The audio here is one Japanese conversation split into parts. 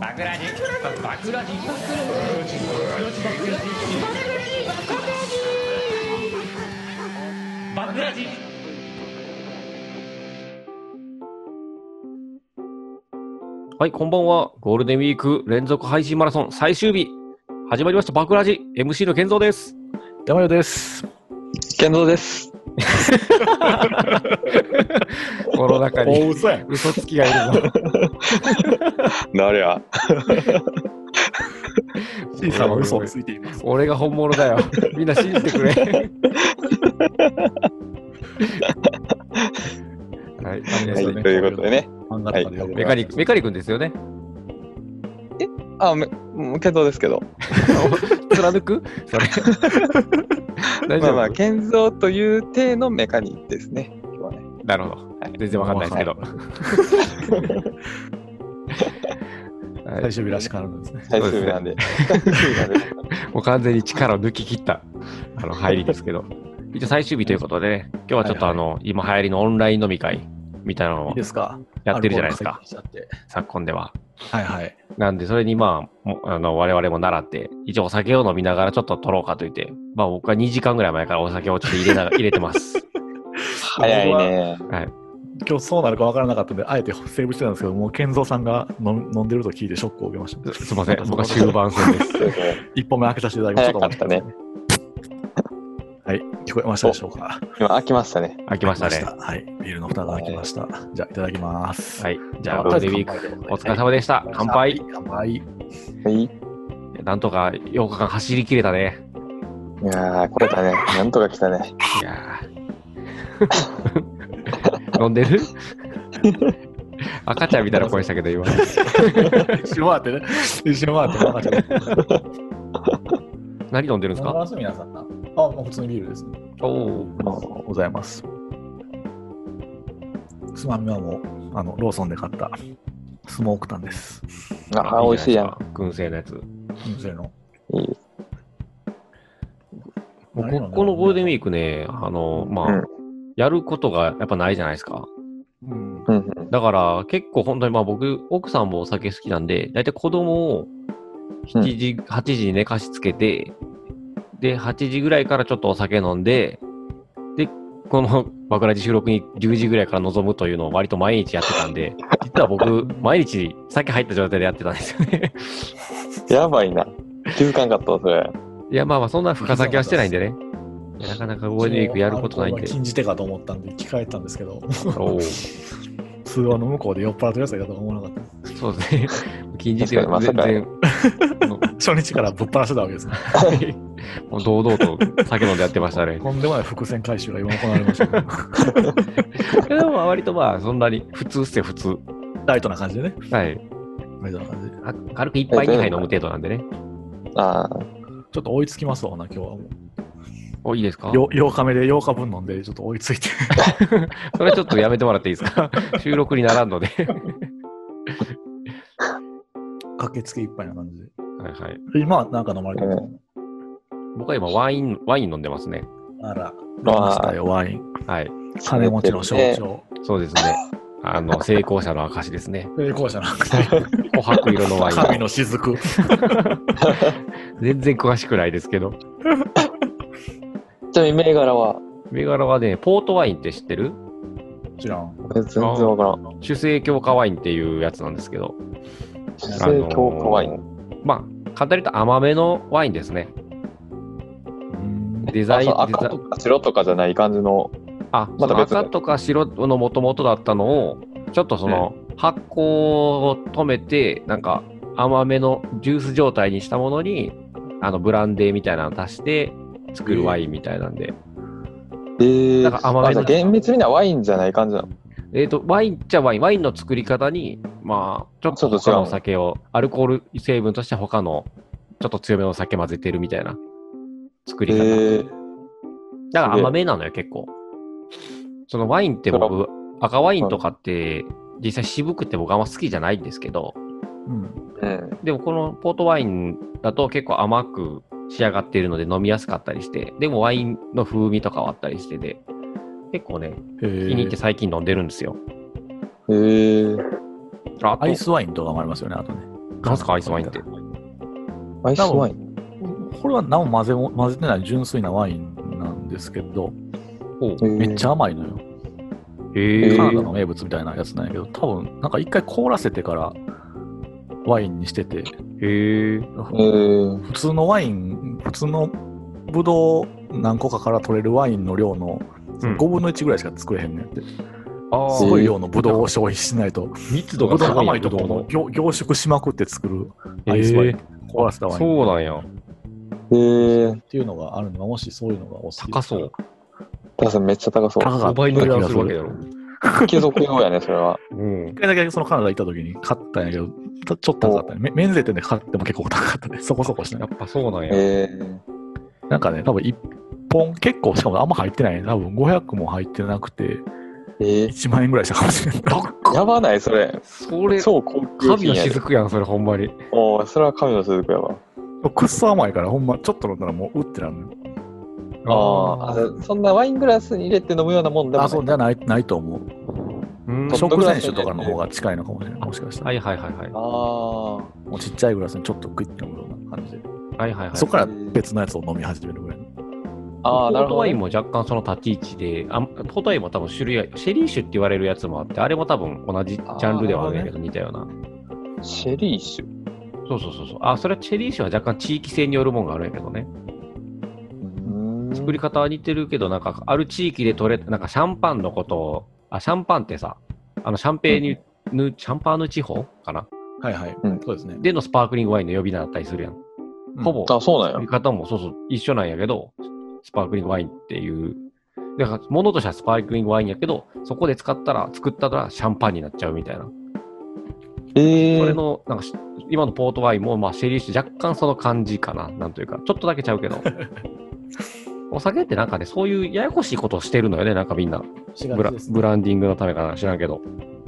バクラジバクラジバクラジはい、こんばんは。ゴールデンウィーク連続配信マラソン最終日。始まりました、バクラジ。MC の健三です。山よです。健三です。この中に 嘘や。嘘つきがいるぞ。なりゃ。 C さんは嘘をついています。 俺が本物だよ。みんな信じてくれ。はい、はそい、うとねいうことでね。漫画はといかでよくメカニック、メカニックんですよね。あ、め、もう健三ですけど。貫くそれ。大まあ丈夫、まあ、健三という体のメカニックですね。今日はね。なるほど。全然わかんないですけど。はい最終日らしくなるんですね。最終日なん で。最終日なんでもう完全に力を抜き切った あの入りですけど、一応最終日ということでね、今日はちょっとあの、今流行りのオンライン飲み会みたいなのいいをですかやってるじゃないですアルかコ、ール入ってきちゃ昨今では。ってはいはい。なんで、それにまあ、もあの我々も習って、一応お酒を飲みながらちょっと取ろうかと言って、まあ僕は2時間ぐらい前からお酒をちょっと入れな が入れてます。早いね。今日そうなるかわからなかったんで、あえてセーブしてたんですけど、もう健三さんが飲飲んでると聞いてショックを受けました。すすいません、僕は終盤戦です。そうそう一本目開けさせていただきました。早かったねはい、聞こえましたでしょうか今、開きましたね。開きましたね。はい、ビールの蓋が開きました。じゃあ、いただきます。。はいい。じゃあ、ゴールデンウィーク、お疲れ様でした。乾杯。。乾杯。 はい。いなんとか8日間走り切れたね。やー、来れたね。なんとか来たね。いやー飲んでる赤ちゃんみたいな声したけど今一周回ってね。一周回って、なんかちょっと何飲んでるんです飲みかます皆さんな。あ、もう普通にビールですね。おおあございます。つまみはもう、あの、ローソンで買った、スモークタンです。あ、美味しいやん。燻製のやつ燻製の。いい。もう何飲んでるここのゴールデンウィークねあのまあ、うんやることがやっぱないじゃないですかうん。うんうん。だから結構本当にまあ僕奥さんもお酒好きなんで大体子供を7時、8時に寝かしつけてで8時ぐらいからちょっとお酒飲んででこの枕地収録に10時ぐらいから臨むというのを割と毎日やってたんで実は僕毎日酒入った状態でやってたんですよね やばいな。気づかんかったわ、それ。いやまあまあそんな深酒はしてないんでねなかなかゴールデンウィークやることないんアルコールでは禁じ手かと思ったんで、聞かれたんですけど、 おー通話の向こうで酔っ払ってるやつがいたとは思わなかっそうですね 禁じ手は確全かに然もた。初日からぶっ放してたわけですね。うもう堂々と酒飲んでやってましたねとんでもない伏線回収が今行われましたけど。いやでも割とまあそんなに普通っすよ普通 ライトな感じでね。はいライトな感じで。あ軽く1杯2杯飲む程度なんでねあちょっと追いつきますわな、今日はもう。おいいですかよ8日目で8日分飲んで、ちょっと追いつ いて。それちょっとやめてもらっていいですか 収録にならんので 駆けつけ一杯な感じで。はいはい今はなんか飲まれてるんですか僕は今ワインワイン飲んでますねあら、飲みましたよ、ワイン。はいあ。金持ちの象喋ってるね。徴。そうですねあの成功者の証ですね成功者なんか、琥珀色のワイ神ンの雫。全然詳しくないですけどちなみに銘柄は銘柄はねポートワインって知ってる 知らん。え全然わからん。酒精強化ワインっていうやつなんですけど姿勢強化ワイあン。まあ簡単に言うと甘めのワインですねデザあインそうデザ赤とか白とかじゃない感じの。あ、またその別で赤とか白の元々だったのを、ちょっとその発酵を止めて、なんか甘めのジュース状態にしたものに、あのブランデーみたいなのを足して作るワインみたいなんで、えー、なんか甘めのあじゃあ厳密にはワインじゃない感じなの。えっ、と、ワインっちゃワイン、ワインの作り方に、まあ、ちょっちょとっと違う他のお酒を、アルコール成分として他のちょっと強めのお酒混ぜてるみたいな作えり方。ー、だから甘めなのよ、結構。そのワインって僕、赤ワインとかって、実際渋くて僕あんま好きじゃないんですけど、うん。うん。でもこのポートワインだと結構甘く仕上がっているので飲みやすかったりして、でもワインの風味とかはあったりしてて、結構ね、え気に入ってー、最近飲んでるんですよ。えー、あとアイスワインとかもありますよね、あとね。なんすかアイスワインって。アイスワイン。これは何も混ぜも混ぜてない純粋なワインなんですけど、ほうめっちゃ。ゃ甘いのよ。へえカナダの名物みたいなやつなんやけど、多分なんか一回凍らせてからワインにしてて、へええー、普通のワイン、普通のブドウ何個かから取れるワインの量のうん5分の1ぐらいしか作れへんねんって。ああすごい量のブドウを消費しないと、密ブドウの甘いとところを凝凝縮しまくって作るアへイスワイン、え凍らせたワインそうなんやえー、っていうのがあるのが、もしそういうのがお好き高そう高さんめっちゃ高そう。高かっ5た倍気の気ががすするるわけだわけだろろ。継続用やね、それは。うん一回だけそのカナダ行った時に買ったんやけど、ちょちょっと高かったね。め免税店で買っても結構高かったね。そこそこしてやねっ。ぱ そうなんやえー、なんかね、多分一本、結構、しかもあんま入ってないね。多分500も入ってなくて、えー、 1万円ぐらいしたかもしれない。やばない、それ。それ超高級神品のやで。雫やんそれほんまにおーそれは神の雫やわ。くっそ甘いから、ほんま、ちょっと飲んだらもう、うってなるのよ。あーあ、そんなワイングラスに入れて飲むようなもんでもあ、ないそうじゃない、ないと思う。うんトップ食グラ前ス酒とかの方が近いのかもしれない。もしかしたら。はいはいはいはいああ。もうちっちゃいグラスにちょっとグイッと飲むような感じで。はいはいはいそこから別のやつを飲み始めるぐらいの。ああ、なポーるトほどワイね、ンも若干その立ち位置で、あポートワインも多分種類が、シェリー酒って言われるやつもあって、あれも多分同じジャンルではあるんやけど、似たような。シェリー酒。そうそうそうそう。あ、それはシェリー酒は若干地域性によるもんがあるんやけどね。作り方は似てるけど、なんかある地域で取れ、なんかシャンパンのことを、あ、シャンパンってさ、あのシャンペーニュ、ヌシャンパーヌ地方かなはいはい。うんそうですね。でのスパークリングワインの呼び名だったりするやん。うんほぼ、あ、そうなん作りや。方もそうそう一緒なんやけど、スパークリングワインっていう。だから、ものとしてはスパークリングワインやけど、そこで使ったら、作ったらシャンパンになっちゃうみたいな。ええそれー。の、なんかし、今のポートワインも、まあ、シェリー酒、若干その感じかな。なんというか、ちょっとだけちゃうけど。お酒ってなんかね、そういうややこしいことをしてるのよね、なんかみんな。しがブラちですブランディングのためかな、知らんけど。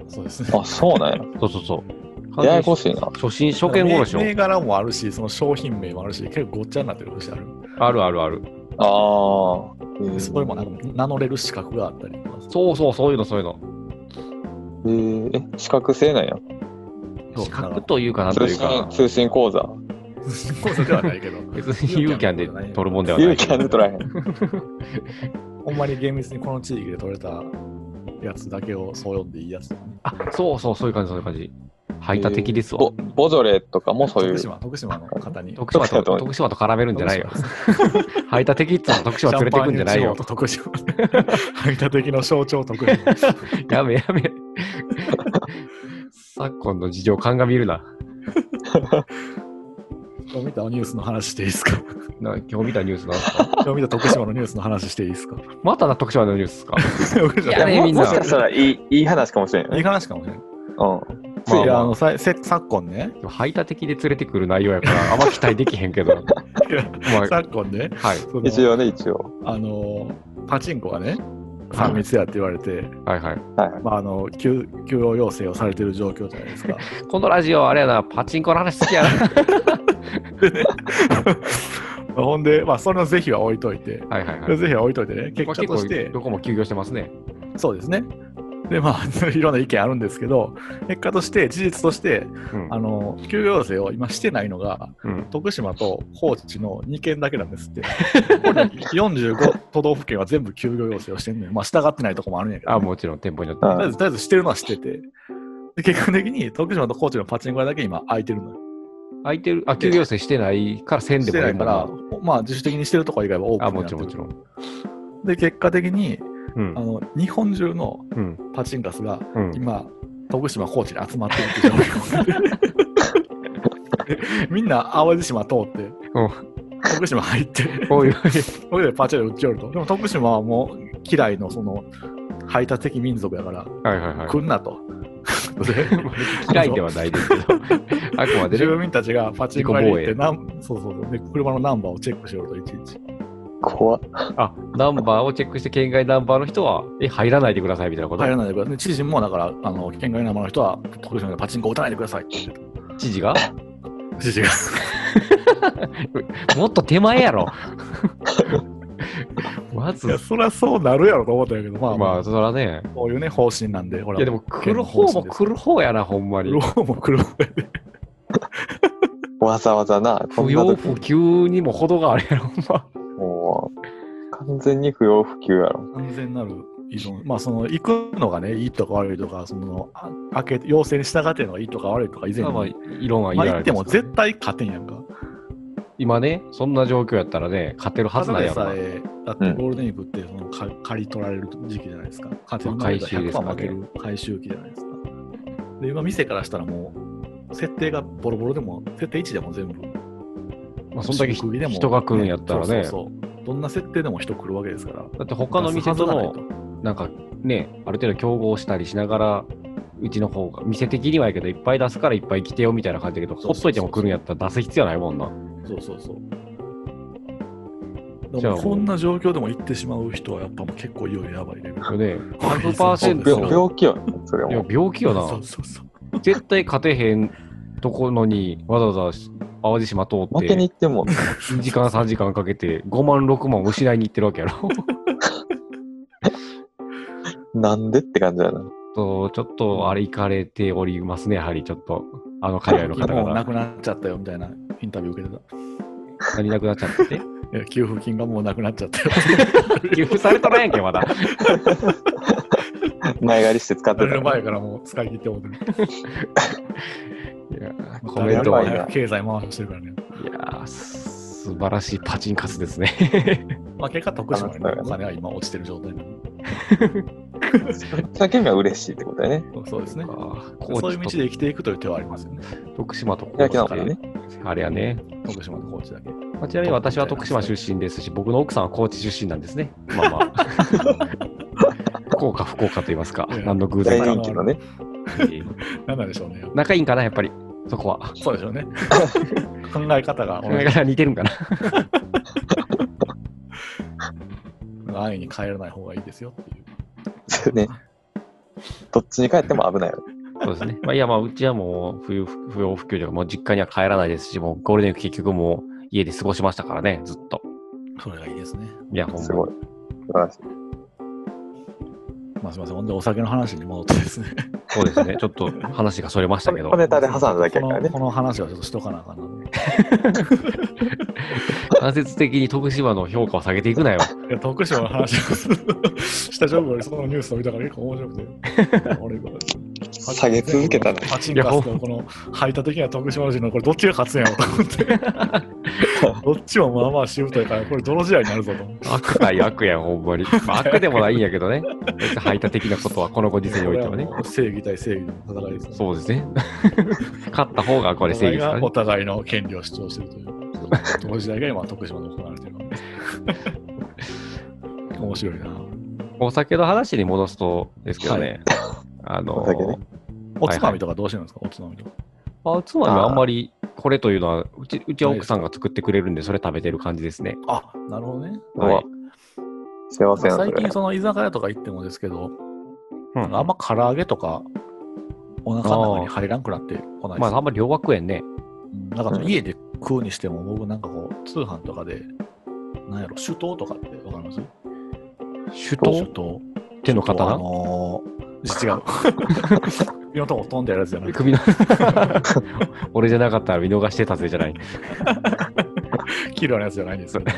そうですね。あ、そうなんや。そうそうそう。ややこしいな。初心、初見殺しを銘。銘柄もあるし、その商品名もあるし、結構ごっちゃになってる節ある。あるあるある。ああ。えでーそこにもなんか名乗れる資格があったりとか。そうそう、そういうの、そういうの。えー、え、資格制なんや。そう資格というかなんと通いう信、か、通信講座。そうではないけど、別にユーキャンで取るもんではな勇いけ気あど。るとらへん。ほんまに厳密にこの地域で取れたやつだけをそう読んでいいやつ、ね。あそうそう、そういう感じ、そういう感じ。排他的ですわボ。ボジョレーとかもそうい徳う。島、徳島の方に。徳島徳島とと徳島と絡めるんじゃないよ徳。島排他的っつうの徳島連れてくんじゃないよシャン。パーニュ地方と徳島。排他的の象徴徳島。 やめやめ。昨今の事情鑑みるな。今日見たニュースの話していいです かな今日見たニュースなんですか今日見た徳島のニュースの話していいですかまたな徳島のニュースですか徳島 やれもみんなもしかしたらいいいい話かもしれんよいいね。話かもしれない。うん。ついまあまああのさいせ昨今ね、排他的で連れてくる内容やから、あんま期待できへんけど。いやまあ、昨今ね、はい。その一応ね、一応。あのパチンコがね、3密やって言われて、はいはい。はい。まあ、あの休休養要請をされてる状況じゃないです か。このラジオ、あれやな、パチンコの話好きやな。ほんで、まあ、その是非は置いといて、はいはいはい。是非は置いといてね、結まあ果結として構、どこも休業してますね。そうですね。で、まあ、 いろんな意見あるんですけど、結果として、事実として、うんあの休養要請を今してないのが、うん徳島と高知の2県だけなんですって。これ45都 道府県は全部休業要請をしてるのよ。まあ、従ってないとこもあるんやけどね、あ、もちろん店舗によって。とりあうえんず、とりあえずしてるのはしてて。で結果的に徳島と高知のパチンコ屋だけ今空いてるのよ。空いてる、あ、休業生してないからせんしでもてないいかからら。、まあ自主的にしてるとか以外は多くあ、なもってちろんもるちろん。で、結果的に、うあん。の、日本中のうん。パチンカスがうん。今、徳島、高知に集まってるっていう状況で みんな淡路島通って、うん徳島入って、おいおい。それでパチンコで売っちゃうと。でも徳島はもう、嫌いのその、排他的民族やから、 はいはいはい。来んな と。で嫌いではな いですけど、あくまで住ね、民たちがパチンコ屋に行っ自て己ナンそうそうそうで車のナンバーをチェックしろといちいち怖っ。あ、ナンバーをチェックして、県外ナンバーの人は、え、入らないでくださいみたいなこと、入らないでください知事もだからあの県外ナンバーの人は徳島でパチンコ打たないでくださいって言ってた知事が 知事がもっと手前 やろ。まずいや、そりゃそうなるやろと思ったんやけどまあ、ままああ、、そらね、こういうね方 針なんでほらいやでも来る方も来る方やな、ほんまに来る。方も来る方やでわざわざな、不こんな要時不急にも程があるやろ、 ほんま。もう、完全に不要不急やろ。完全なる依存。まあ、その、行くのがね、いいとか悪いとか、その、あ開け、要請に従ってのがいいとか悪いとか以前に。ままあ、あ、異論はいら行っても絶対勝てんやんか。今ね、そんな状況やったらね、勝てるはずたなだいでやろなさ。え、だってゴールデンウィークってそのか、借り取られる時期じゃないですか。勝てる回収ですから負ねける回収期じゃないですか。で、今、店からしたらもう、設定がボロボロでも、設定1でも全部。まあ、そんだけ食いでも人が来るんやったらね。そうそうそうどんな設定でも人来るわけですから。だって他の店との、なんかね、ある程度競合したりしながら、うちの方が、店的にはいいけど、いっぱい出すからいっぱい来てよみたいな感じだけど、そうそうそうほっといても来るんやったら出す必要ないもんな。そうそうそう。じでゃあももうこんな状況でも行ってしまう人はやっぱもう結構いよいよやばいレベル。 ね、そうで100%すよ病病気よ、それいやも。病気よそうな。そうそう。絶対勝てへんとこのに、わざわざ淡路島通っ負けて、に行っても、 2時間3時間かけて、5万6万失いに行ってるわけ やろ。なんでって感じやな。と、ちょっとあれ行かれておりますね、やはりちょっと、あの海外の方もうな々。くなっちゃったよみたいなインタビュー受け てた何なくなっちゃってて。。いや給付金がもうなくなっちゃったよ。給付されとらんやんけ、まだ。前借りして使ってそれたらの前からもう使い切って思ってる。いやー、ココメメンントトははいやや早ばく経済回してるからね。ー、す素晴らしいパチンカスですね。まあ結果徳島にねお金は今落ちてる状態なの。 それだけが嬉しいってことだよね。そうそうですね。高そういう道知で生きていくという手はありますよね。と徳島と高だ知けなのね。あれやね。徳島と高知だけ。まあちなみに私は徳島出身ですし、僕の奥さんは高知出身なんですね。まあまあ。幸か不幸かと言いますか、うん何の偶大然か。人気のね。なんなんでしょうね。仲いいんかな、やっぱり、そこは。そうでしょう ね。考え方が考同えじ方似てるんかな。安易に帰らない方がいいですよっていう。そう ね。どっちに帰っても危ないよ。そうです ね。まあ、いや、まあ、うちはもう冬、不要不急というか、もう実家には帰らないですし、もうゴールデンウィーク結局もう家で過ごしましたからね、ずっと。それがいいですね。いや、ほんすまにごい。素晴らしい。まあすみません、ほんでお酒の話に戻ってですね。そうですね。ちょっと話がそれましたけ ど小、ネタで挟んだだけやからねこの。この話はちょっとしとかなあかんなと思って。間接的に徳島の評価を下げていくなよ。いや、徳島の話をした直後にそのニュースを見たから結構面白くて。 俺が下げ続けたな。パチンカスとこの排他的な徳島人のこれどっちが勝つんやろと思 って。どっちもまあまあしぶといから、これ泥試合になるぞと思って。悪ない悪やん、ほんまに。まあ、悪でもないんやけどね。別に排他的なことはこのご時世においてはねこれ。はもう正義対正義の戦いですね。そうですね。 勝った方がこれ正義ですからねお。互いがお互いの権利を主張してるという。同時代が今、徳島で行われてるからね面白いな。お酒の話に戻すとですけどね。あのお酒ねおつまみとかどうしてるんですか、おつまみとか。あつまみあんまりこれというのは、うちうちは奥さんが作ってくれるんで、それ食べてる感じですね。あ、なるほどね。ははい。い幸せなそ最れ近、。その居酒屋とか行ってもですけど、うんあんま唐揚げとか、お腹の中に入らんくなってこないでますあ、あんまり両学園ね。うんなんかその家で食うにしても、僕なんかこう、通販とかで、なんやろ、酒盗とかってわかります手酒刀盗手のあ刀のー、 違う。いろんなとこ飛んでやるやつじゃな くて首の俺じゃなかったら見逃してたぜじゃない。綺麗なやつじゃないんですよ、ね。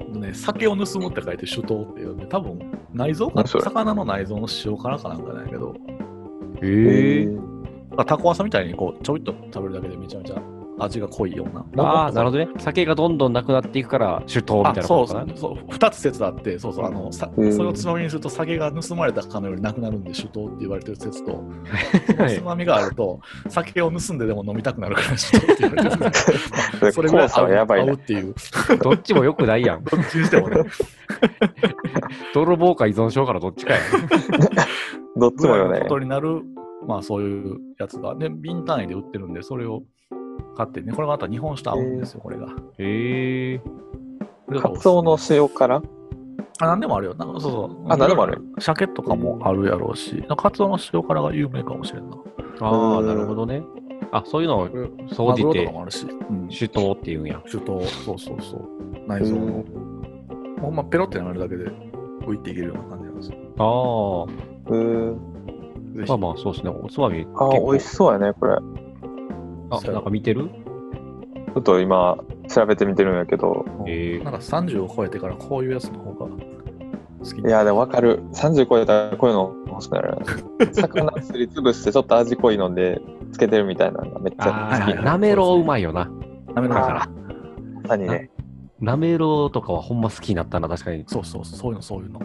あのね、酒を盗むって書いて酒盗って呼んで、多分内臓か何それ魚の内臓の塩辛かなんかなんやけど、へえ。まあタコワサみたいにこうちょいっと食べるだけでめちゃめちゃ味が濃いような。ああ、なるほほどね。酒がどんどんなくなっていくから、酒刀みたいあなそこうとそかうな。そう2つ説あって、そうそうあのさそうんれをつまみにすると酒が盗まれたかのようになくなるんで酒盗って言われてる説と、はいつまみがあると酒を盗んででも飲みたくなるから酒盗って言われてる 説それ、そコれぐらいラさんはやばい合なう。っていう、どっちもよくないやん。どっちにしても ね。泥棒か依存症からどっちかやん。どっちぐらもいよのねこ。とになる、まあそういうやつが、で、瓶単位で売ってるんで、それを買ってね、これまた日本酒と合うんですよ、これが。へえ。これがカおすすツめオの塩辛あ、なんでもあるよ。なんかそうそう。あなんでもある。鮭とかもあるやろうし、カツオの塩辛が有名かもしれんな。ああ、うんなるほどね。あ、そういうのを総マじグロとかてもあるし。うん。酒刀って言うんや。酒と、そうそうそう。内臓の。ほんまペロってなるだけで浮いていけるような感じなんですよ。ああ。うーん。ぜひまあまあ、そうですね。おつまみ結あー、美構味しそうやね、これ。あ、なんか見てるちょっと今、調べてみてるんやけど、えーなんか30を超えてからこういうやつの方が好きいや、でも分かる。30超えたらこういうの欲しくなる。 魚すりつぶしてちょっと味濃いので、つけてるみたいなのがめっちゃあ好はいきはー、いなめろううまいよな。ダメだから。まさにね。なめろうとかはほんま好きになったな、確かに。そうそう、そういうの、そういうの。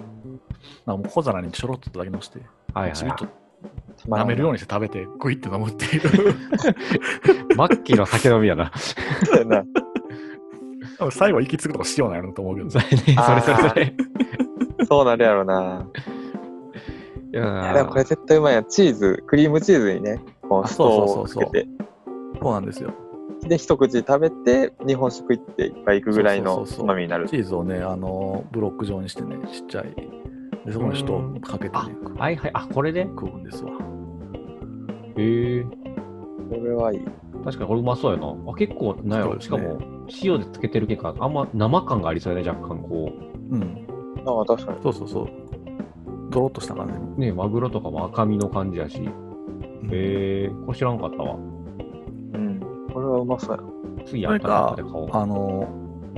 なんかもう小皿にちょろっとだけのして、はいちびっはとたまら舐んめるようにして食べて、グイって飲むっていう。 い。末期の酒飲みやな。 そうや な多分最後は息つくとかしようなると思うけどそ。れね、それそれそれ。そうなるやろな。いやいーやでもこれ絶対うまいやんチーズ、クリームチーズにね、こう、あスそうそトうそをつうそうけて、そうなんですよ。で、一口食べて、日本食行っていっぱい行くぐらいそのうそうそうつそうまみになる。チーズをね、あの、ブロック状にしてね、ちっちゃい。で、そこに人をかけてあね、、はいはい。あ、これで食うんですわ。へえ。これはいい。確かにこれうまそうやな。あ、結構、なんやそうろ。でしすかねも、塩でつけてる結果、あんま生感がありそうやね、若干こうん。ああ、確かに。そうそうそう。ドロッとした感じの。う。ねマグロとかも赤身の感じやし。へえ、これ知らんかったわ。うん。これはうまそうやな。次やったら後で買おう。あの、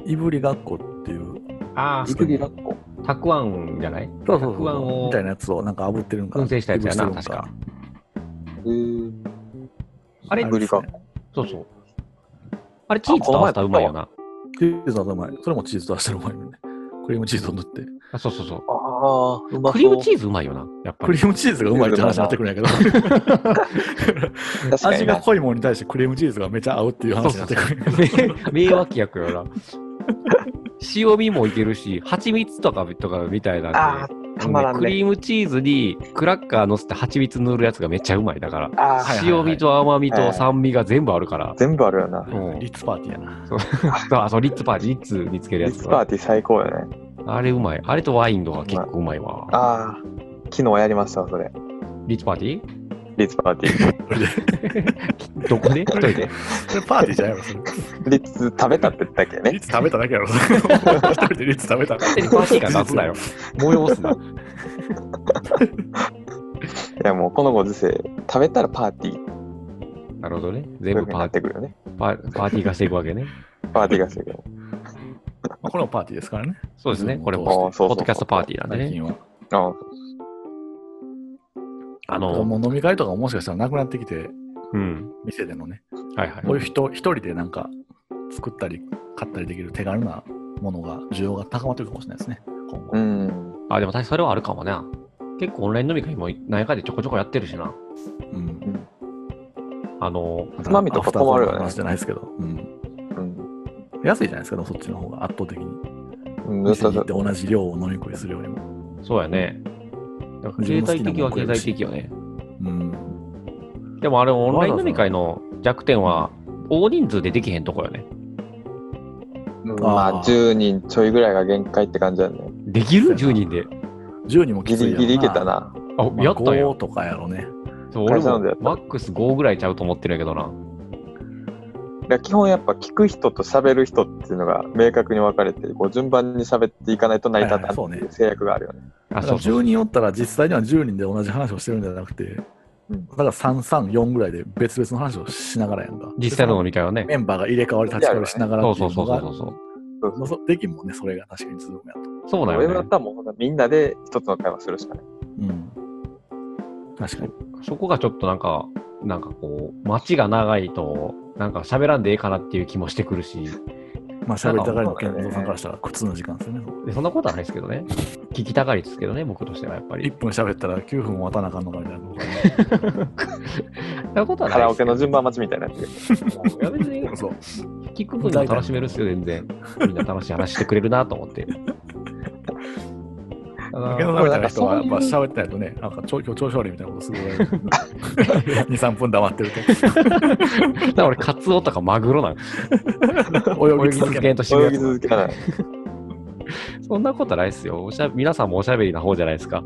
いぶりがっこっていう、あー、いぶりがっこ。たくあんじゃないそうそうたくあんをみたいなやつをなんか炙ってるんか。燻製したやつやな燻製してるん確えー、あれいぶりがっこ。そうそう。あれ、チーズと合わせたらうまいよな。チーズのうまい。それもチーズ出したらうまいよね。クリームチーズを塗って。あそうそうそう。ああ、うまそう。クリームチーズうまいよな。やっぱクりリ。ームチーズがうまいって話になってくるんやけど。確か味にがな。濃いものに対してクリームチーズがめちゃ合うっていう話になってくるんやけど。 名脇役よな。 塩味もいけるし、蜂蜜とかとかみたいなんで。ああ、たまらんクね。リームチーズにクラッカー乗せて蜂蜜塗るやつがめっちゃうまい。だから、あはいあ、はいはい塩味と甘味と酸味が全部あるから。全部あるよな。うんリッツパーティーやな。そうあそうリッツパーティー、リッツにつけるリやッつツとパーか。ティー最高よね。あれうまい。あれとワインとか結構うまいわ。ああ、昨日やりましたわ、それ。リッツパーティーリッツパーティー。それでどこで一人でそれパーティーじゃないやろ、それ。リッツ食べたって言ったっけリねッ。ツ食べただけやろ、それ一人でリッツ食べただ勝手にパーティー感出すなよ。 催すな。いや、もうこのご時世、食べたらパーティー。なるほどね。全部パなーっテてィくるよね。ー、パーパーティー化していくわけね。パーティーがしてくる。まあこれもパーティーですからね。そうですね。これあも、ーポそうそうそうッドキャストパーティーなんで最ね。近は。ああもうの、飲み会とかももしかしたらなくなってきて、うん。店でのね、はいはいこういう人一人でなんか作ったり買ったりできる手軽なものが需要が高まってるかもしれないですね。今後。あ、うん。あ、でも確かにそれはあるかもね。結構オンライン飲み会も何やかでちょこちょこやってるしな。うんあの、つまみとか困るよねアフターコールの話じゃないですけど。うんうん。安いじゃないですか、でもそっちの方が圧倒的に。うん、店そうに行そっうて同じ量を飲み食いするよりも。そうやね。だから経済的は経済的よね。うん。でもあれ、オンライン飲み会の弱点は、大人数でできへんとこよね。うんまあ、10人ちょいぐらいが限界って感じだね。できる ?10 人で。 10にもきギついやろリなギリいけた。な。あ、まあやったよ。 5とかやろね。そう俺会社なもんでやったマックス5ぐらいちゃうと思ってるんやけどな。いや基本やっぱ聞く人と喋る人っていうのが明確に分かれてこう順番に喋っていかないと成り立たないっていう制約があるよね。あ、だそからうそう10人おったら実際には10人で同じ話をしてるんじゃなくて、うんだから334ぐらいで別々の話をしながらやんか。実際の飲み会はね。メンバーが入れ替わり立ち替わりしながらそっうていそううそのうがそうそう。そうまあそうできんもんね、それが確かに続くやと。そうだ俺だよっね。たらもうほんとみんなで一つの会話するしかない。うん。確かに。そこがちょっとなんか、なんかこう、待ちが長いと、なんか喋らんでええかなっていう気もしてくるし、まあ、喋りたがりの健そうだ三よねさんからしたら苦痛の時間ですよね。でそんなことはないですけどね。聞きたがりですけどね、僕としてはやっぱり1。分喋ったら9分待たなあかんのかみたいなのが。そんなことはなカいラでオすけケのど。順番待ちみたいになってる。いや 別にそう。聞く分には楽しめるっすよ、全 然。みんな楽しい話してくれるなと思って。健三さんみたいな人は、やっぱだからなんかそ喋ってないとね、なんか、調今日調子悪いみたいなことすごい言われる。2、3分 黙ってるだから俺、カツオとかマグロなんと。泳泳ぎぎ続続けけない。んと死ぬ泳やぎつ続け たら、そんなことないですよ。おしゃ皆さんもおしゃべりな方じゃないですか。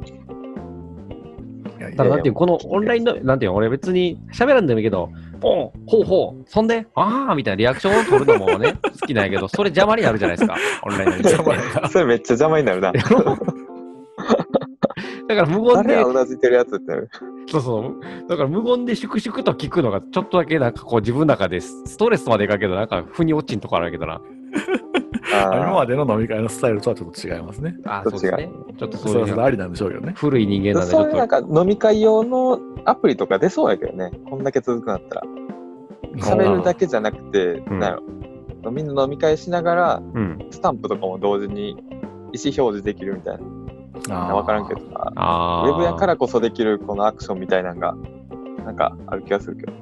いやいたやだ、なんていう、このオンラインの、なんていうの、俺別に喋らんでもいいけど、ポン、ほうほう、そんで、ああみたいなリアクションを取るのもね、 好きなんやけど、それ邪魔になるじゃないですか、オンラインの意味邪魔やなそれめっちゃ 邪魔になるな。だから無言誰でが、うなずいてるやつってなる。そうそう。だから無言で粛々と聞くのが、ちょっとだけなんかこう自分の中でストレスまでいかんけど、なんか腑に落ちんとこあるんやけどな。あー今までの飲み会のスタイルとはちょっと違いますね。あそうですね。ちょっとそそうれいそうれありなんでしょうけどね。古い人間なんで、ちそょうっいうとなんか飲み会用のアプリとか出そうやけどね、こんだけ続くなったら。喋るだけじゃなくて、うんなんやろみんな飲み会しながら、うん。スタンプとかも同時に意思表示できるみたいな、あわからんけどさ、ウああ。ェブやからこそできるこのアクションみたいなのが、なんかある気がするけど。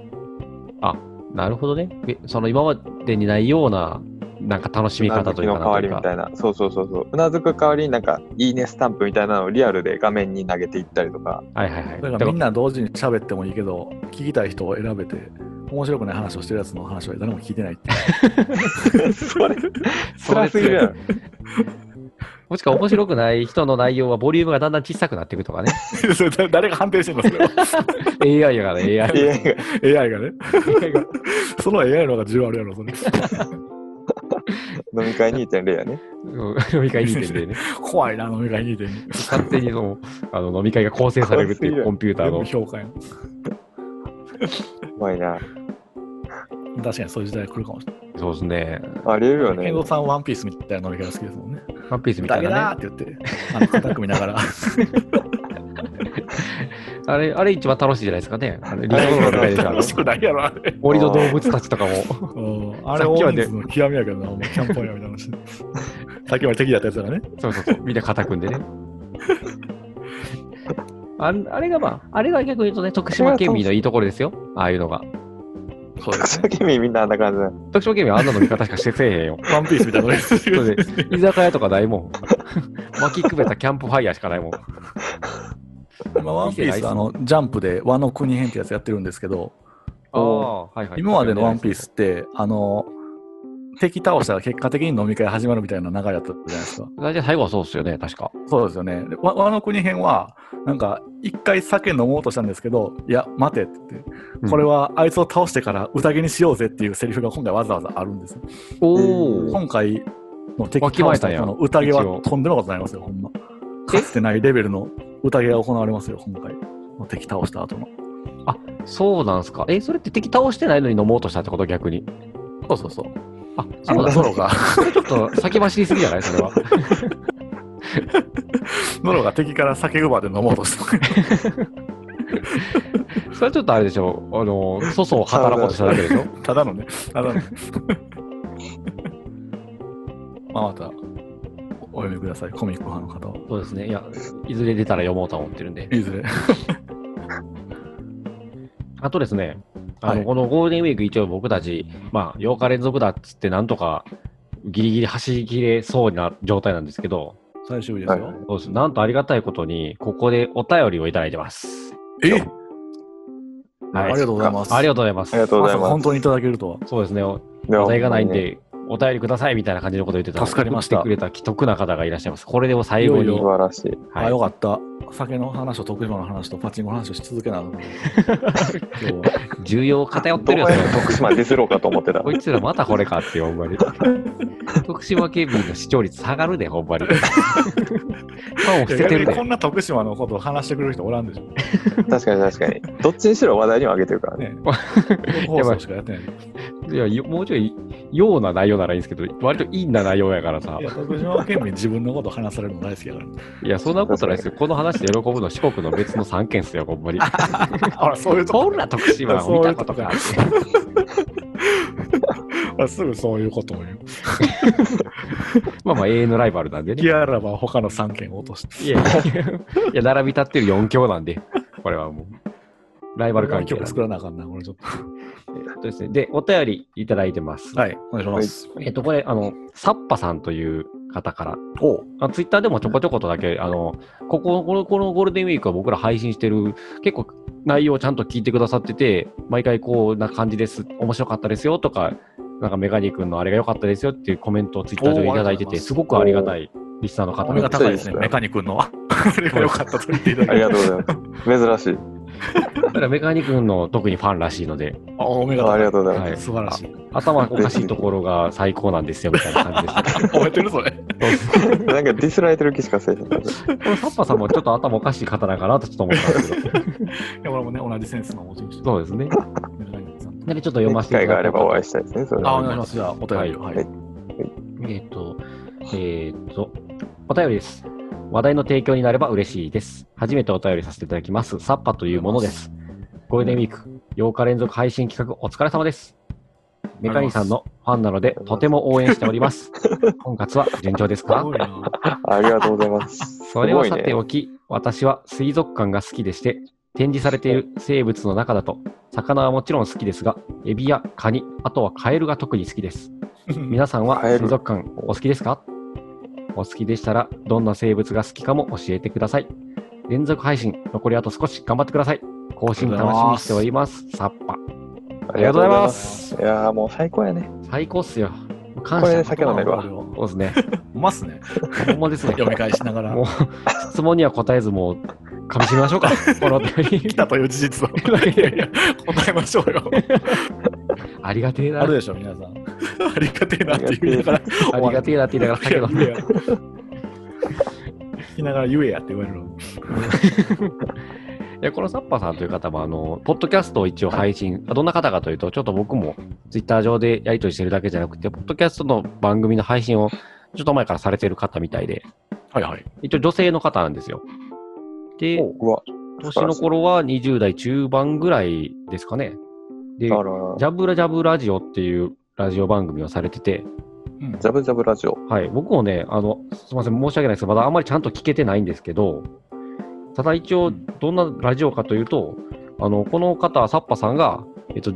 なるほどね。えその今までにないような、なんか楽しみうな方ずときいうのか代なわんとりいうみか。たいな、そうそうそうそう、うなずく代わりになんか、いいねスタンプみたいなのをリアルで画面に投げていったりとか、はいはいはい。だからみんな同時に喋ってもいいけど、聞きたい人を選べて、面白くない話をしてるやつの話は誰も聞いてないっていう。 それ、辛すぎるやろ。もしくは面白くない人の内容はボリュームがだんだん小さくなっていくと かね。 それ誰誰が判定してんのそれは AI や からね AI。 AI が AI がね。その AI の方が重要あるやろ、それ。飲み会2.0やね。うん飲み会に 点でね。怖いな、飲み会にて勝手にそのあの飲み会が構成されるっていうコンピュータ ーの。評価やん。うまいな。確かにそういう時代が来るかもしれそうですね。ありえるな よい。ね健。三さんワンピースみたいな飲み会が好きですもんね。ワンピースみただいけだなーね。って言って、あの固く見ながら。あれ、あれ一番楽しいじゃないですかね。あれ理想の世界でしょあの楽しくないやろ、あれ。森の動物たちとかも。うんあれ、さっき大まで人数の極みやけどな、お前キャンプファイヤーみたいな 話。さっきまで敵だったやつだからね。そうそうそう。みんな肩組んで ね。ああれがまあ、あれが逆に言うとね、徳島県民のいいところですよ。ああいうのが。そう徳島県民みんなあんな感じだ。徳島県民はあんな飲み方しかしてせえへんよ。ワンピースみたいなそうので居酒屋とかないもん。 巻きくべたキャンプファイヤーしかないもん。今、ワンピース、あの、ジャンプで和の国編ってやつやってるんですけど、ああ、はいはい。今までのワンピースって、あの、敵倒したら結果的に飲み会始まるみたいな流れだったじゃないですか。大体最後はそうですよね、確か。そうですよね。でわ和の国編は、なんか、一回酒飲もうとしたんですけど、いや、待てって言って、うんこれはあいつを倒してから宴にしようぜっていうセリフが今回わざわざあるんですよおお。今回の敵わき倒まえしたんたや人の宴一応はとんでもなかったになりますよ、ほんま。かつてないレベルの宴が行われますよ、今回。敵倒した後の。そうなんすか。え、それって敵倒してないのに飲もうとしたってこと逆に。そうそうそう。あ、あそうのだ、ゾロ が、それちょっと先走りすぎじゃないそれは。ゾロが敵から酒馬で飲もうとした。それはちょっとあれでしょ。あの、粗相を働こうとしただけでしょ。ただのね、ただのね。 まあまた、お読みください、コミック派の方は。 そうですね。いや、いずれ出たら読もうと思ってるんで。いずれ。あとですね、あの、はいこのゴールデンウィーク一応僕たち、まあ、8日連続だっつって、なんとか、ギリギリ走り切れそうな状態なんですけど、最終日ですはよい。そうですなんとありがたいことに、ここでお便りをいただいてます。えはいありがとうございます。ありががとうございまありがす。とうございまさかま本す。当にいただけるとは。そうですね、でも話題がないんで、お便りくださいみたいな感じのことを言ってた助かりました送ってくれた既得な方がいらっしゃいます。これでも最後に。いよい素晴らしい。あ、はいよかった。酒の話と徳島の話とパチンコの話をし続け なあかん今日は。重要偏ってどるこよ、それへ徳島ディスろうかと思ってた こ。いつらまたこれかってよ、ほんま に。徳島県民の視聴率下がるで、ほん まに。ファンを捨ててるいや逆にこで。んな徳島のことを話してくれる人おらんでしょ。 確かに確かに。どっちにしろ話題にはあげてるからね。ね、放送しかやってない。いいや、よもうちょい、ような内容ならいいんですけど、割といいんな内容やからさ。や、徳島県民自分のこと話されるの大好きやから。いや、そんなことないですよ。この話で喜ぶの四国の別の3県っすよ、ほんま に。あら、そういうとほこ。ら、徳島を見たことか。 あすぐそういうことを言う。まあまあ、永遠のライバルなんでね。ギアラは他の3件落として。いやいや、いや並び立ってる4強なんで、これはもう。ライバル関係曲なんで作らなあかんな、これちょっそうですね。で、お便りいただいてます。と。はい、お願いします。えっと、これ、あの、サッパさんという方から、おうあツイッターでもちょこちょことだけ、あの、ここ、この、このゴールデンウィークは僕ら配信してる、結構内容をちゃんと聞いてくださってて、毎回こんな感じです、面白かったですよとか、なんかメガニ君のあれが良かったですよっていうコメントをツイッター上でいただいておーありがとうございて、ますすごくありがたいリスナーの方おなん目でがす高いですね、そうですねメカニ君の。あれが良かったと言っていたあだりいがとうございます。珍しい。だからメカニ君の特にファンらしいので、あ、おめでとあありがとうございます。はい素晴らしい。頭おかしいところが最高なんですよみたいな感じでした。 覚えてるそれ。なんかディスられてる気しかせえへんから。このサッパさんもちょっと頭おかしい方なんかなとちょっと思ったんですけど、いや、俺もね、同じセンスの持ち主そうですね。メガネさんなんでちょっと読ま機せて会いたがあだればお会いししたいですね、それあ、おは。願いします。じゃあ、お便りを。はい。えっ、と、えっ、と、お便りです。話題の提供になれば嬉しいです。初めてお便りさせていただきます。サッパというものです。ゴールデンウィーク8日連続配信企画お疲れ様です。メカニさんのファンなのでとても応援しております。婚活は順調ですすかごいな。ありがとうございます。それはすさごいねておき、私は水族館が好きでして、展示されている生物の中だと、魚はもちろん好きですが、エビやカニ、あとはカエルが特に好きです。皆さんはカエル水族館お好きですかお好きでしたら、どんな生物が好きかも教えてください。連続配信、残りあと少し頑張ってください。更新楽しみにしております。サッパ。あ。りがとうございますいやーもう最高やね。最高っすよ。感これ謝で。酒飲めるわ。そうですね。うますね。ほんまですね。読み返しながらも。う、質問には答えず、もう、噛み締めましょうか。このお便り来。たという事実を。 いやいや、答えましょう よ。ありがてえな。ああるりでしょ、皆さん。ありがてえなって言いながら。がてえなって言いながら酒飲んで。いやいや聞きながら言えやって言われるの。いやこのサッパさんという方も、あの、ポッドキャストを一応配信、どんな方かというと、ちょっと僕もツイッター上でやりとりしてるだけじゃなくて、ポッドキャストの番組の配信をちょっと前からされてる方みたいで、はいはい。一応女性の方なんですよ。で、うわ。年の頃は20代中盤ぐらいですかね。で、ジあららャブラジャブラジオっていうラジオ番組をされてて、うんジャブジャブラジオ。はい、僕もね、あの、すみません、申し訳ないです。まだあんまりちゃんと聞けてないんですけど、ただ一う応ん、どんなラジオかというと、あの、この方、サッパさんが、えっと、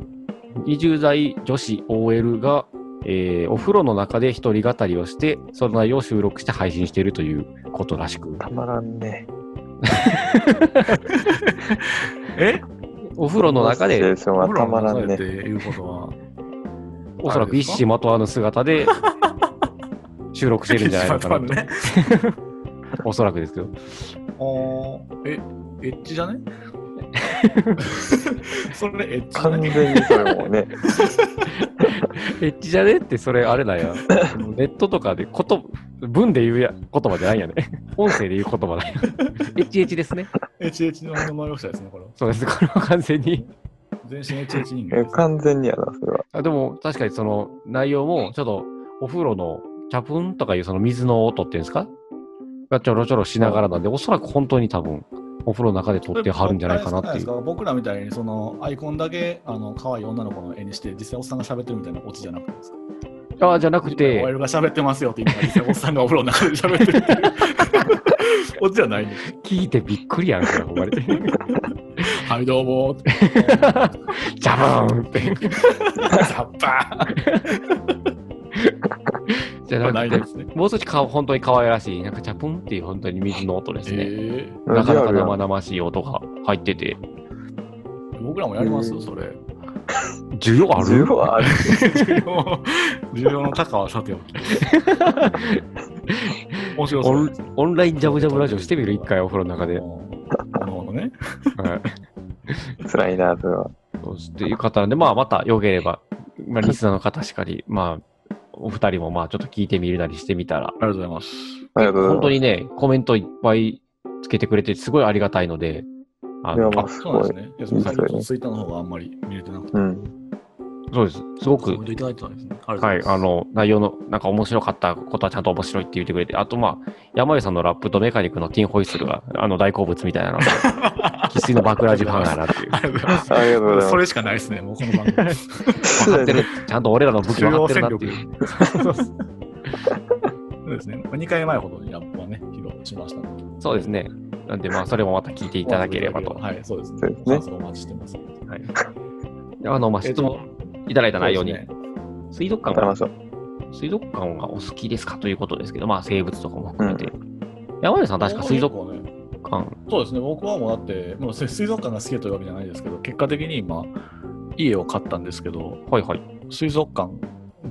20代女子 OL が、えーお風呂の中で一人語りをして、その内容を収録して配信しているということらしく、たまらんね。えお風呂の中シチュエでー、ションはたまらお風呂のん中で。っねていうことは。おそらく一糸まとわぬ姿で、収録してるんじゃないのか なと、ね。おそらくですけど。おーえ、エッチじゃ ねそれエッチじゃ完ね全にそれもうね。エッチじゃねって、それあれなんや。あのネットとかでこと、文で言うや言葉じゃないんや ね。音声で言う言葉だよ。エッチエッチですね。エッチエッチの名前をしたですね、これは。そうです。これは完全に。全身エッチエッチ人間えです。完全にやな、それは。あでも、確かにその内容も、ちょっとお風呂のチャプンとかいうその水の音っていうんですかがちょろちょろしながらなんで、おそらく本当に多分、お風呂の中で撮ってはるんじゃないかなっていう。それあれですか僕らみたいにそのアイコンだけあの可愛い女の子の絵にして実際おっさんが喋ってるみたいなオチじゃなくてですかああ、じゃなくて、 OL が喋ってますよって言ったら実際おっさんがお風呂の中で喋ってるっていうオチじゃないんです聞いてびっくりやんか、ほんまに。はいどうもーってジャブーンって。ザッパじーゃなないくんてで、すねもう少しか本当に可愛らしい、なんかチャプンっていう本当に水の音ですね。えなかなかリアル生や々しい音が入ってて、ー、僕らもやりますそれ需要あ需る要ある。重要重要の高はさておき面白オそうンですねオンラインジャブジャブラジオしてみる一回お風呂の中で。なるほどねはい辛いな、それは。そうっていう方なんで、まあまたよければ、まあ、リスナーの方しかり、まあ、お二人もまあちょっと聞いてみるなりしてみたら、ありがとうございますありがとうございます。本当にね、コメントいっぱいつけてくれて、すごいありがたいので、あいや、のもうあすそうなごんでい。すねいやその最近ちょっとツイッターの方があんまり見れてなくてうん。そうです。すごくコメントいただいてたんですね。ありがはい、とうござあいますの、内容の、なんか面白かったことはちゃんと面白いって言ってくれて、あと、まあ、山上さんのラップとメカニックのティンホイッスルが、あの、大好物みたいなので、 生粋のバクラジファンやなっていう。ありがとうございます。ありがとうございますそれしかないですね、もうこの番組。分かってる。ちゃんと俺らの武器分かってるなっていう。そうですね。2回前ほどにラップはね、披露しましたので。そうですね。なんで、まあ、それもまた聞いていただければと。はい、そうですそうねです。ね感想お待ちしてます。はい。あの、まあ、質問いただいた内容に、そうですね水族わ館かりがま、した。水族館がお好きですかということですけど、まあ、生物とかも含めて。山上さん、確か水族僕はね館、そうですね、僕はもうだって、もう水水族館が好きというわけじゃないですけど、結果的に今、家を買ったんですけど、はいはい。水族館、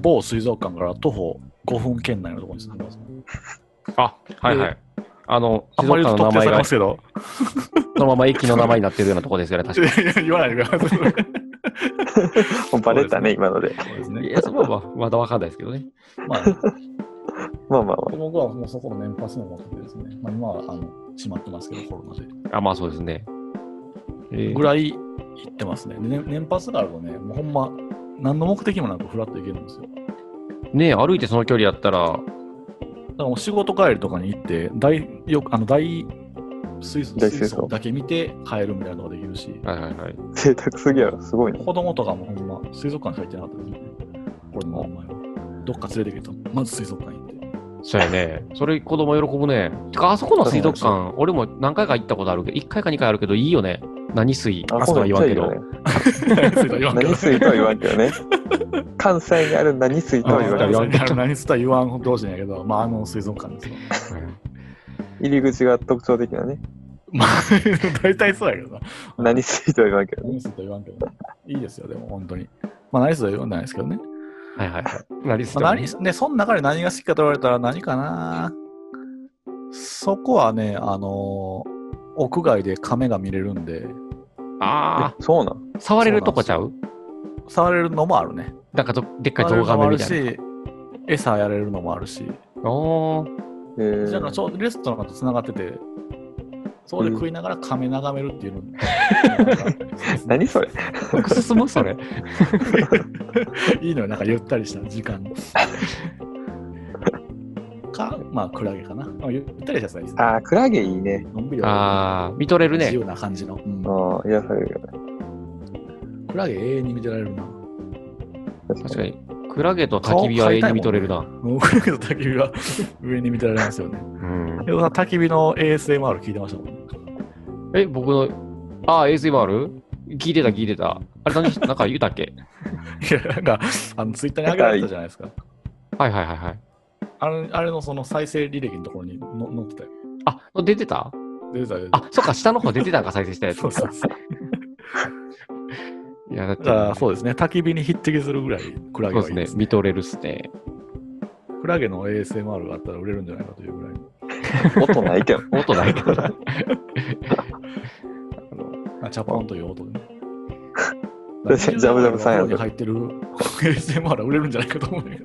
某水族館から徒歩5分圏内のところに住んでます、ね。あ、はいはい。あの、あん水まり族館特の名定さ前れがますけど、のまま駅の名前になってるようなとこですよね、確か に。言わないでください。もうバレたね、今のそで。うですいね。や、そこはまあまだわかんないですけどね。まあ、まあまあま僕はもうそこの年パスも持っててですね、まあ、今はあの閉まってますけど、コロナで。あ、まあそうですね。えーぐらい行ってますね。でね年パスがあるとね、もうほんま、何の目的もなくフラッと行けるんですよ。だねえ歩いてその距離やったら、からもう仕事帰りとかに行って、大よあの大水槽大水槽水槽だけ見て帰るみたいなのができるし、はいはいはい。あ。贅沢すぎやろ、すごいな。子供とかもほんま水族館しか行ってなかったですね。これの前は。どっか連れて行けと、まず水族館行って。そうやね。それ子供喜ぶね。てか、あそこの水族館、俺も何回か行ったことあるけど、1回か2回あるけど、いいよね。何水あそこは言わんけど。。水族館行何水とは言わんけどね。関西にある何水とは言わんけど。何す何すとは言わん同士なんやけど、まあ、あの水族館 ですよ。入り口が特徴的なね。まあ、大体そうやけどな。何水とは言わんけどね。何すとは言わんけど、いいですよ、でも本当に。まあ、何すとは言わないですけどね。はいはいはい。何水まあ、何ね、その中で何が好きかと言われたら何かな。そこはね、あのー屋外で亀が見れるんで、あそうなあ、ん。触れるとこちゃう触れるのもあるね。なんかどでっかい触れ動る画のも目あるみたいな。し、餌やれるのもあるし。おーえーじゃあちょうどレストランとつながってて、そこで食いながら亀眺めるっていう の。何それ僕進むそれ。 いいのよ、なんかゆったりした時間。か、まあ、クラゲかな。まあゆったりしたやつがいいですね。あー、クラゲいいね。のんびり泳げるああ、見とれる自ね。由な感じの。うんああ、癒されるよね。クラゲ永遠に見てられるな。確かに。クラゲと焚き火は永遠に見とれるな。もうクラゲと焚き火は 上に見てられますよね。うんでもさ焚き火の ASMR 聞いてましたもん、ね。え、僕の、ああ、ASMR? 聞いてた聞いてた。あ れ何、なんか言うたっけいや、なんか、あのツイッターに上げられたじゃないですか。はいはいはいはい。あれあれのその再生履歴のところにの載ってたよ。あ、出てた出てたよ。出てたあ、そっか、下の方出てたんか、再生したや つ。そうそうそう。いや、だって、だからそうですね、焚き火に匹敵するぐらいクラゲそがういですいねで、すね。見とれるっすね。クラゲの ASMR があったら売れるんじゃないかというぐらい。音ないけど。音 ないけど。あ、チャパンという音でね。 ジャブジャブさんやお風呂に入ってる ASMR 売れるんじゃないかと思うんだけ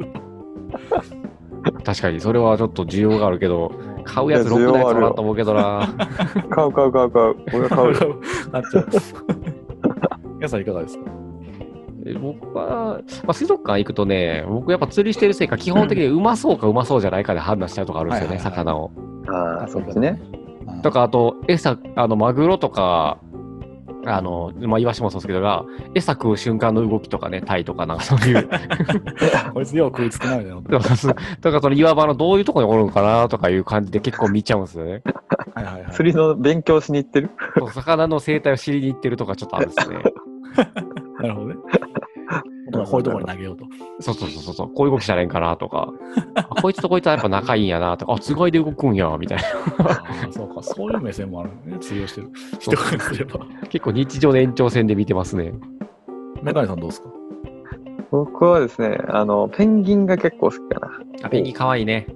ど。確かに、それはちょっと需要があるけど、買うやついろやく需要なはあいるかよなと思うけ どな。買う買う買う買う。俺が買うよ。なっちゃう。皆さんいかがですかえ僕は、まあ、水族館行くとね、僕やっぱ釣りしてるせいか、基本的にうまそうかうまそうじゃないかで判断しちゃうとかあるんですよはね、いはいはい魚を。ああ、そっちね。。とか、あと、餌、あの、マグロとか、あの、まあ、イワシもそうですけどが、餌食う瞬間の動きとかね、タイとかなんかそう いう、こいつよう食いつくなみたいなこと。とか、そうとかその岩場のどういうところにおるのかなとかいう感じで結構見ちゃうんですよね。はいはいはい。釣りの勉強しに行ってる。そう魚の生態を知りに行ってるとかちょっとあるんですね。なるほどね。だからこういうところに投げよう と。そうそうそうそう、こういう動きしたらええんかなとか、あこいつとこいつはやっぱ仲いいんやなとか、あ、つがいで動くんや、みたいな。ああ、そうか。そういう目線もあるね。釣りをしてる人からすれば。結構日常の延長線で見てますね。メガネさんどうですか僕はですね、あの、ペンギンが結構好きかな。あ、ペンギンかわいいね。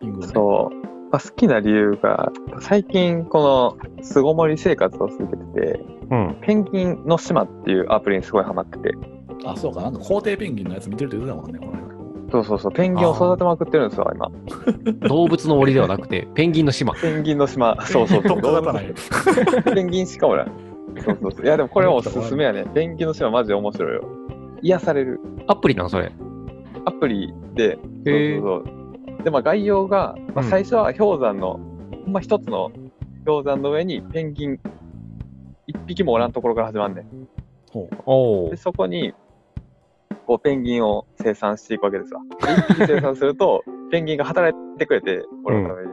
ピングをねそう。まあ、好きな理由が、最近この巣ごもり生活を続けてて、うん。ペンギンの島っていうアプリにすごいハマってて、あ、そうか。なんか皇帝ペンギンのやつ見てるって言ってたもんね、この間。そうそうそう、ペンギンを育てまくってるんですよ、今。動物の森ではなくて、ペンギンの島。ペンギンの島、 そうそうそう、どうかないよ。ペンギンしかおらん。そうそうそう。いや、でもこれもおすすめやね。ペンギンの島、マジ面白いよ。癒される。アプリなんそれ。アプリで、へーそうそうそう。で、まあ、概要が、まあ、うん最初は氷山の、ほんま一つの氷山の上にペンギン一匹もおらんところから始まんねん。ほう。おおで、。そこに、こう、ペンギンを生産していくわけですわ。で一匹生産すると、ペンギンが働いてくれて、俺のために。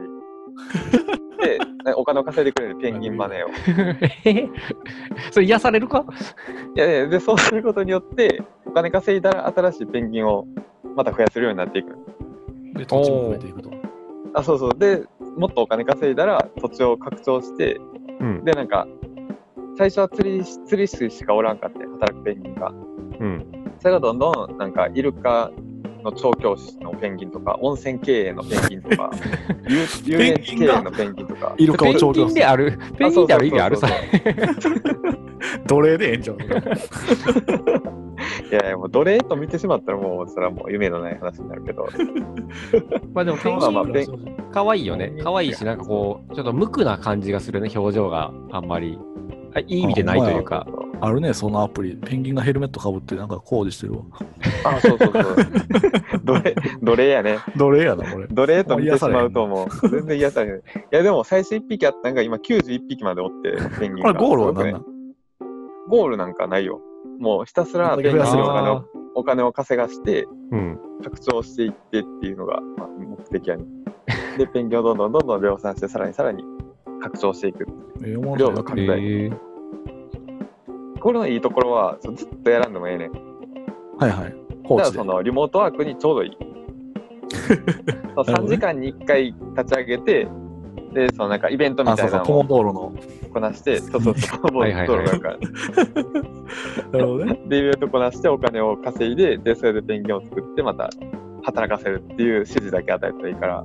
で、お金を稼いでくれるペンギンマネーを。 それ癒されるかいやいや、で、そうすることによって、お金稼いだら新しいペンギンをまた増やせるようになっていく。で、土地も増えていくと。あ、そうそう。で、もっとお金稼いだら土地を拡張して、うん。で、なんか、最初は釣りし、釣り師しかおらんかって、働くペンギンが。うん。それがどんどん、なんか、イルカの調教師のペンギンとか、温泉経営のペンギン とか、遊遊ペン園ギ地ン経が営のペンギンとか。イルカペをン調ギ教ンすでる。ある、ペンギンである意味あるさ。奴隷でええんちゃうのいやいや、もう奴隷と見てしまったら、もう、それはもう夢のない話になるけど。まあでも、まあまあペン可愛いよね。可愛いし、なんかこう、ちょっと無垢な感じがするね、表情があんまり。あいい意味でないというか。あるね、そのアプリ。ペンギンがヘルメットかぶってなんか工事してるわ。あ、そうそうそう。 奴隷、奴隷やね。奴隷やな、これ。奴隷と見てしまうともう、全然癒されない。いや、でも最初1匹あったんが、今91匹までおって、ペンギンこれが。ゴールはすごく何ねなんゴールなんかないよ。もうひたすらペンギンあにおー金をあお金を稼がして、ーうん。拡張していってっていうのが、まあ、目的やね。で、ペンギンをどんどんどんどん量産して、さらにさらに拡張していく。ええおも量ろいがな拡え大。ーこれのいいところは、そうずっとやらんでもええねん。はいはい。だコかーらチでそ。のリモートワークにちょうどいい。そうなるほど3ね時間に1回立ち上げて、で、そのなんかイベントみあ、たそうそいなう、のポをモ道路の。こなして、そうそう、そう、ボはいはいールなんか、なるほどね。で、イベントこなしてお金を稼いで、で、それでペンギンを作って、また働かせるっていう指示だけ与えたらいいから、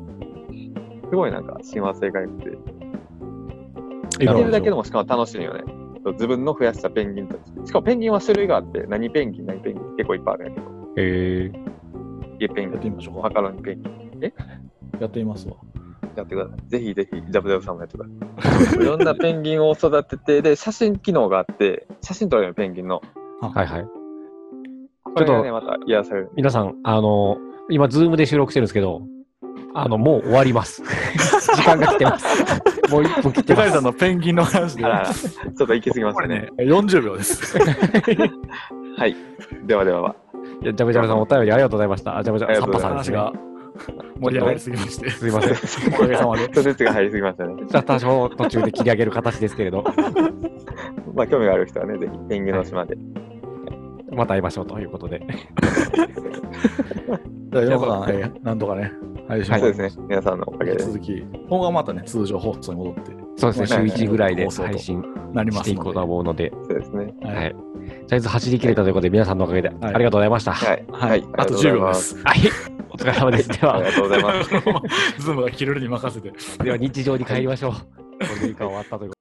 すごいなんか親和性が良くて、い見ろていろるだけでもしかも楽しいよね。そう自分の増やしたペンギンたち。しかもペンギンは種類があって、何ペンギン、何ペンギン結構いっぱいあるんやけど、え家ペンギやってみましン、ょうマか。カロニペンギンやってみますわ。やってください。ぜひぜひ、ジャブジャブさんもやってください。いろんなペンギンを育てて、で、写真機能があって、写真撮れるよペンギンの。ーはいはい。これがね、また癒される。皆さん、あの、今、ズームで収録してるんですけど、あの、もう終わります。 時間が来て ます。もう1分切って手ま谷すさん。のペンギンの話であ。ららちょっと行き過ぎましこたれねね。、 40秒です。はい。ではではは。じゃジャブジャブさん、お便りありがとうございました。あジャブジャブ、ありサンがとうごパざさいんで話すねが。盛り上がりすぎまして。すいません。じおかげさまで。ちょっと熱が入りすぎましたね。ゃあ、私も途中で切り上げる形ですけれど、まあ、興味がある人はね、ぜひ、ペンギンの島で。また会いましょうということで。じゃあ、ヨガさん、えーなんとかね、配信はいそうですね。皆さんのおかげ引でき。続き、今後はまたね、通常放送に戻ってそうですね、週はい1ぐらいで放送と配信なりましてすいこのうとで。思うので、そうですね。ははいい。とりあえず走り切れたということで、皆さんのおかげでありがとうございました。は。はいい。はいはいあと10秒です。お疲れ様です。であは、りがとうございます。 ズームが切れるに任せて。では日常に帰りましょう。これでいいか終わったということで